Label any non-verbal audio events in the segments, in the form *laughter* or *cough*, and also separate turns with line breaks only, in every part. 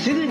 役立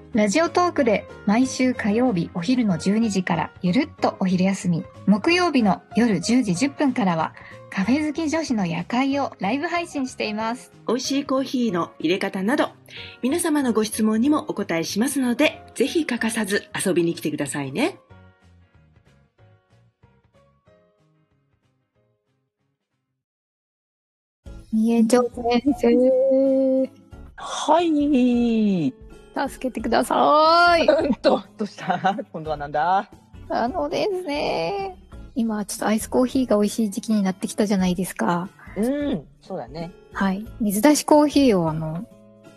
ラジオトークで毎週火曜日お昼の12時からゆるっとお昼休み、木曜日の夜10時10分からはカフェ好き女子の夜会をライブ配信しています。
美味しいコーヒーの入れ方など皆様のご質問にもお答えしますのでぜひ欠かさず遊びに来てくださいね
みえちょ先生、
はい。
助けてくださ *laughs* い。
うんと、どうした今度はなんだ
あのですね、今ちょっとアイスコーヒーが美味しい時期になってきたじゃないですか。
うん、そうだね。
はい。水出しコーヒーをあの、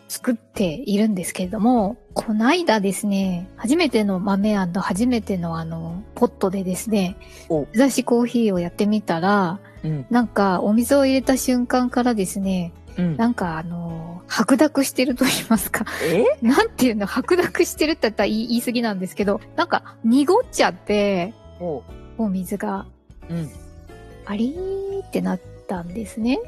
作っているんですけれども、こないだですね、初めての豆初めてのあの、ポットでですね
お、
水出しコーヒーをやってみたら、
うん。
なんかお水を入れた瞬間からですね、
うん、
なんかあの、白濁してると言いますか、 *laughs*
え
なんていうの、白濁してるって言ったら言い言い過ぎなんですけど、なんか濁っちゃって、
おう。
お水が、
うん。
ありーってなったんですね。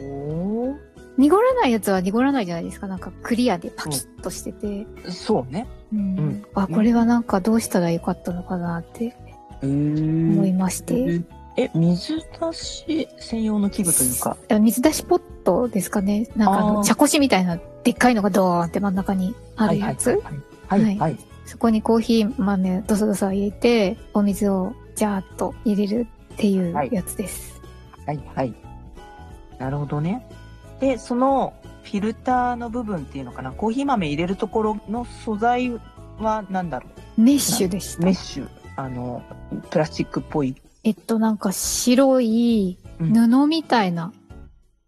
お
濁らないやつは濁らないじゃないですか。なんかクリアでパキッとしてて。
ーそうね。
うん。
うん
あ、これはなんかどうしたらよかったのかなって
う
思い
ん。
まして。
え、水出し専用の器具というか。
あ水出しポットですかね。なんかあ
あ
の、
ー
茶こしみたいな、でっかいのがドーンって真ん中にあるやつ。
はいはいはい。
は
はい。
そこにコーヒー豆ドサドサ入れて、お水をジャーッと入れるっていう
はい
やつです。
はいはい。なるほどね。で、そのフィルターの部分っていうのかな。コーヒー豆入れるところの素材は何だろ
メッシュでし
うメ
た
ッ。シュ。あの、プラスチックっぽい。
えっと、なんか白い布みたいな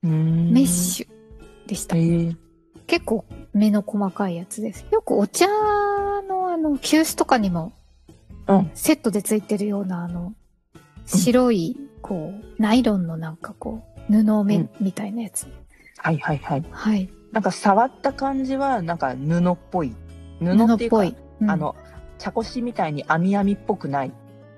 メ
メ
ッシュでした。
ュ。えー
結構目の細かいやつです。よくお茶のあの、急須とかにも
うん、
セットでついてるようなあの、白い、こう、ナイロンのなんかこう、布
う
目
ん
みたいなやつ。
はいはいはい。
はい。
なんか触った感じはなんか布っぽい布っ
布っ
ていうか
ぽい。うん
あ、の茶こしみたいに網網っぽくない、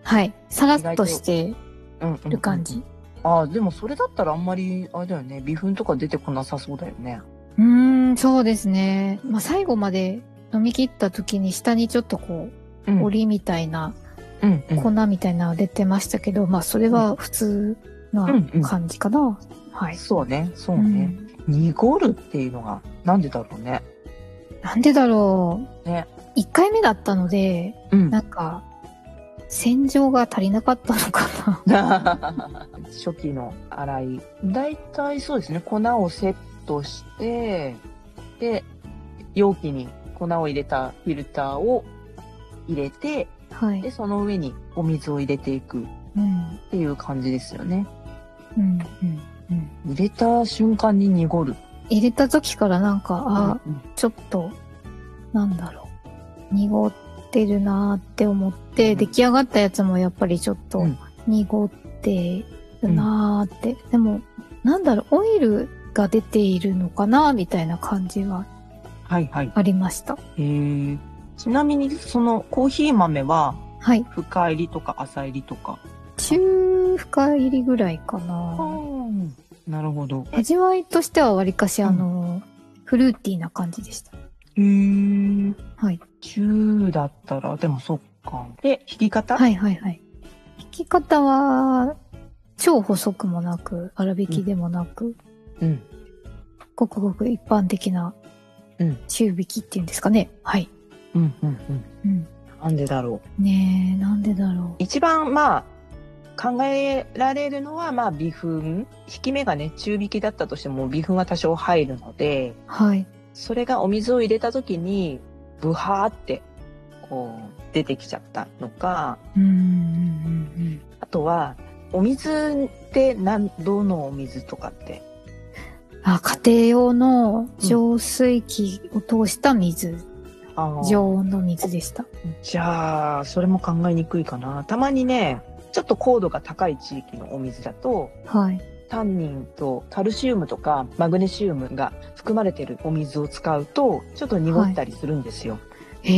はい。さらっとして
うんうんうん
る感じ。
ああでもそれだったらあんまりあれだよね微粉とか出てこなさそうだよね
うーん、そうですね。まあ、最後まで飲み切った時に下にちょっとこ
う
う、
ん、
檻みたいな、
うんうん
粉みたいなの出てましたけど、まあ、それは普通な感じかな。はい。
そうねそう
う
ね、
ん
濁るっていうのがなんでだろうね
なんでだろう。
ね
1回目だったので、
うん
なんか、洗浄が足りなかったのかな。
*laughs* 初期の洗いだいたいそうですね粉をセットしてで容器に粉を入れたフィルターを入れて
はい
で。その上にお水を入れていくっ
うん。
ていう感じですよね
うん。うん。うん。
入れた瞬間に濁る
入れた時からなんか、あ、
うん
ちょっと、なんだろう。濁ってるなーって思って、
うん
出来上がったやつもやっぱりちょっと
うん
濁ってるなーって。でも、なんだろう、オイルが出ているのかなみたいな感じは
はいはい
ありました。
へーちなみにそのコーヒー豆は
はい。
深入りとか浅入りとか
中深入りぐらいかな。
なるほど
味わいとしてはわりかし、
うん
あの、フルーティーな感じでした。
へー
はい。
中だったらでもそっかで引き方
はいはいはい。引き方は、超細くもなく、粗挽きでもなく、
うん
ごくごく一般的な
うん、
中引きっていうんですかね。はい。
うんうんうん
うん。
なんでだろ
ねえ、なんでだろ
う一番まあ考えられるのはまあ微粉引き目がね中引きだったとしても微粉が多少入るので
う。はい。
それがお水を入れた時にブハーってこう出てきちゃったのか
うーんうんうんうん。
あとはお水って何どのお水とかって
あ、家庭用の浄水器を通した水、
あー
常温の水でした。
じゃあそれも考えにくいかなたまにねちょっと高度が高い地域のお水だと、
はい。
タンニンとカルシウムとかマグネシウムが含まれてるお水を使うと、ちょっと濁ったりするんですよ。
へ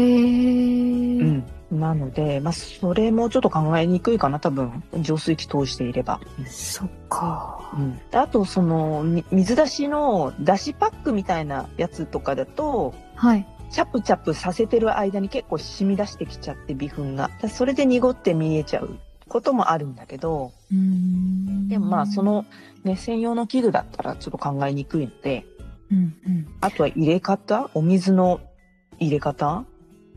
ー。
うん。なので、まあ、それもちょっと考えにくいかな、多分。浄水器通していれば。
そっか。
うん。であと、その、み水出しの、出しパックみたいなやつとかだと、
はい。
チャプチャプさせてる間に結構染み出してきちゃって、微粉が。だそれで濁って見えちゃうこともあるんだけど、
うーん。
でもまあ、そ、の、ね、専用の器具だったらちょっと考えにくいので、
うんうん。
あとは入れ方お水の入れ方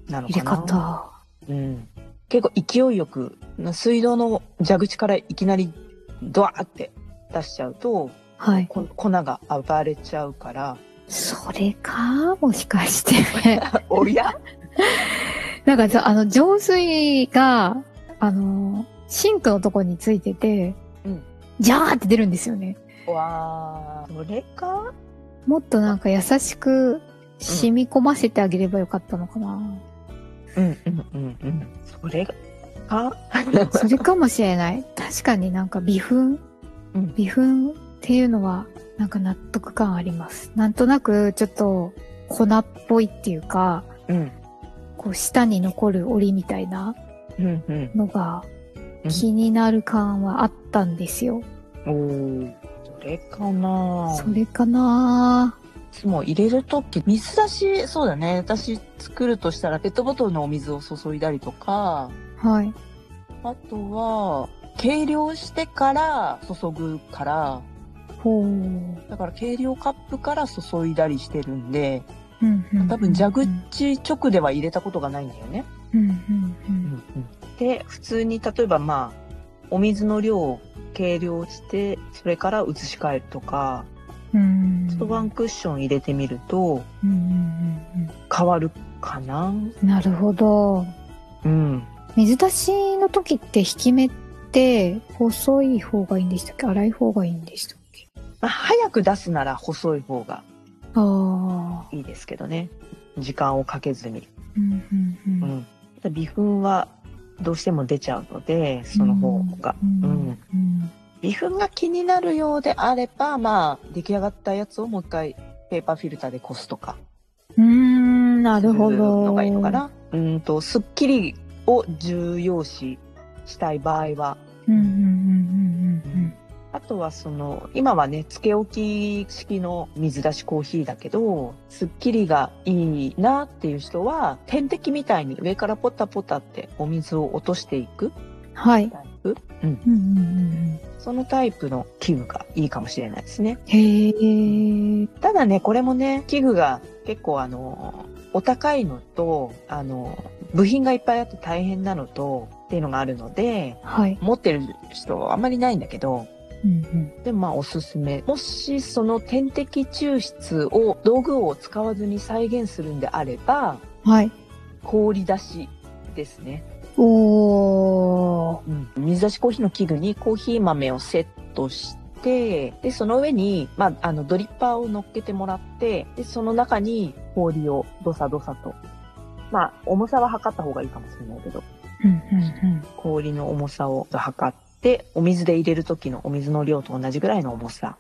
なのかな
入れ方。
うん、結構勢いよく水道の蛇口からいきなりドワーって出しちゃうと
はい。
こ粉が暴れちゃうから
それか、もしかして。 *laughs*
お *laughs* や
なんかさ、あの、浄水が、あの、シンクのとこについてて、
うん
ジャーって出るんですよね。
わーそれか
もっとなんか優しく染み込ませてあげればよかったのかな。
うんうんうんうんそれが *laughs* あ
それかもしれない。確かになんか微粉、
うん
微粉っていうのは、なんか納得感あります。なんとなく、ちょっと粉っぽいっていうか、
うん
こう、舌に残る檻みたいな
うんうん
のが
うん
気になる感はあったんですよ。
おーそれかな
それかな
もう入れるとき、水出し、そうだね。私作るとしたら、ペットボトルのお水を注いだりとか、
はい。
あとは、計量してから注ぐから、
ほう。うん
だから計量カップから注いだりしてるんで、
うんうん、
多分蛇口直では入れたことがないんだよね。
うんうんうん。
で、普通に例えばまあ、お水の量を計量して、それから移し替えるとか、
うん。
ちょっとワンクッション入れてみると
うんうんうん
変わるか
う
な。
ん。なるほど。
うん。
水出しの時って引き目って細い方がいいんでしたっけ粗い方がいいんでしたっけ
まあ、早く出すなら細い方が
ああ。
いいですけどね。時間をかけずに。
うんうんう。
うんん。ただ微粉はどうしても出ちゃうので、その方が。
うん
うん微粉が気になるようであれば、まあ、出来上がったやつをもう一回ペーパーフィルターでこすとか、
うーん、なるほ
する
ど。
のがいいのか。な。うんと、すっきりを重要視したい場合は、
うんうんうんうんうん
あとはその、今はね、漬け置き式の水出しコーヒーだけど、すっきりがいいなっていう人は、点滴みたいに上からポタポタってお水を落としていく
うん。はい。
タイプ
うんうんうんうん。
そのタイプの器具がいいかもしれないですね。
へえ。
ただね、これもね、器具が結構あの、お高いのと、あの、部品がいっぱいあって大変なのと、っていうのがあるので、
はい。
持ってる人はあんまりないんだけど、
うんうん。
でもまあおすすめ。もしその点滴抽出を、道具を使わずに再現するんであれば、
はい。
氷出しですね。
おー。
うん、水出しコーヒーの器具にコーヒー豆をセットして、で、その上に、まあ、あの、ドリッパーを乗っけてもらって、で、その中に氷をドサドサと。まあ、重さは測った方がいいかもしれないけど、
うんうん
氷の重さを測って、お水で入れる時のお水の量と同じぐらいの重さ。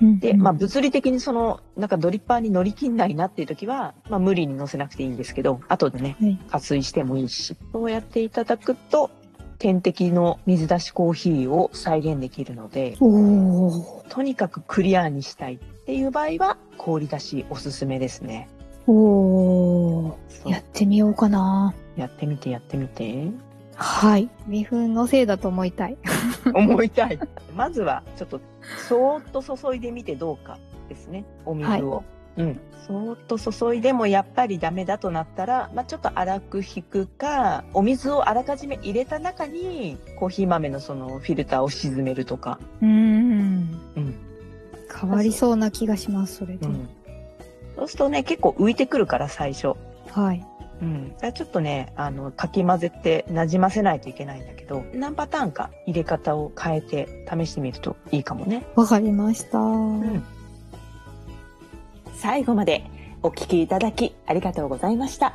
うん。
で、まあ、物理的にその、なんかドリッパーに乗り切んないなっていう時は、まあ、無理に乗せなくていいんですけど、後でね
はい、
加水してもいいし、そうやっていただくと、点滴の水出しコーヒーを再現できるので、
おー。
とにかくクリアにしたいっていう場合は、氷出しおすすめですね。
おー。
そう
やってみようかな。
やってみて、やってみて。
はい。微粉のせいだと思いた *laughs* い。
思
*laughs*
いたい。まずは、ちょっと、そーっと注いでみてどうかですね。お水を。うん。そーっと注いでもやっぱりダメだとなったら、まあ、ちょっと粗く引くか、お水をあらかじめ入れた中に、コーヒー豆のそのフィルターを沈めるとか。
うーん。
うん。
変わりそうな気がします、それで。
うん。そうするとね、結構浮いてくるから、最初。
はい。
うん。だからちょっとね、あの、かき混ぜて馴染ませないといけないんだけど、何パターンか入れ方を変えて試してみるといいかもね。
わかりました。
ん
最後までお聞きいただきありがとうございました。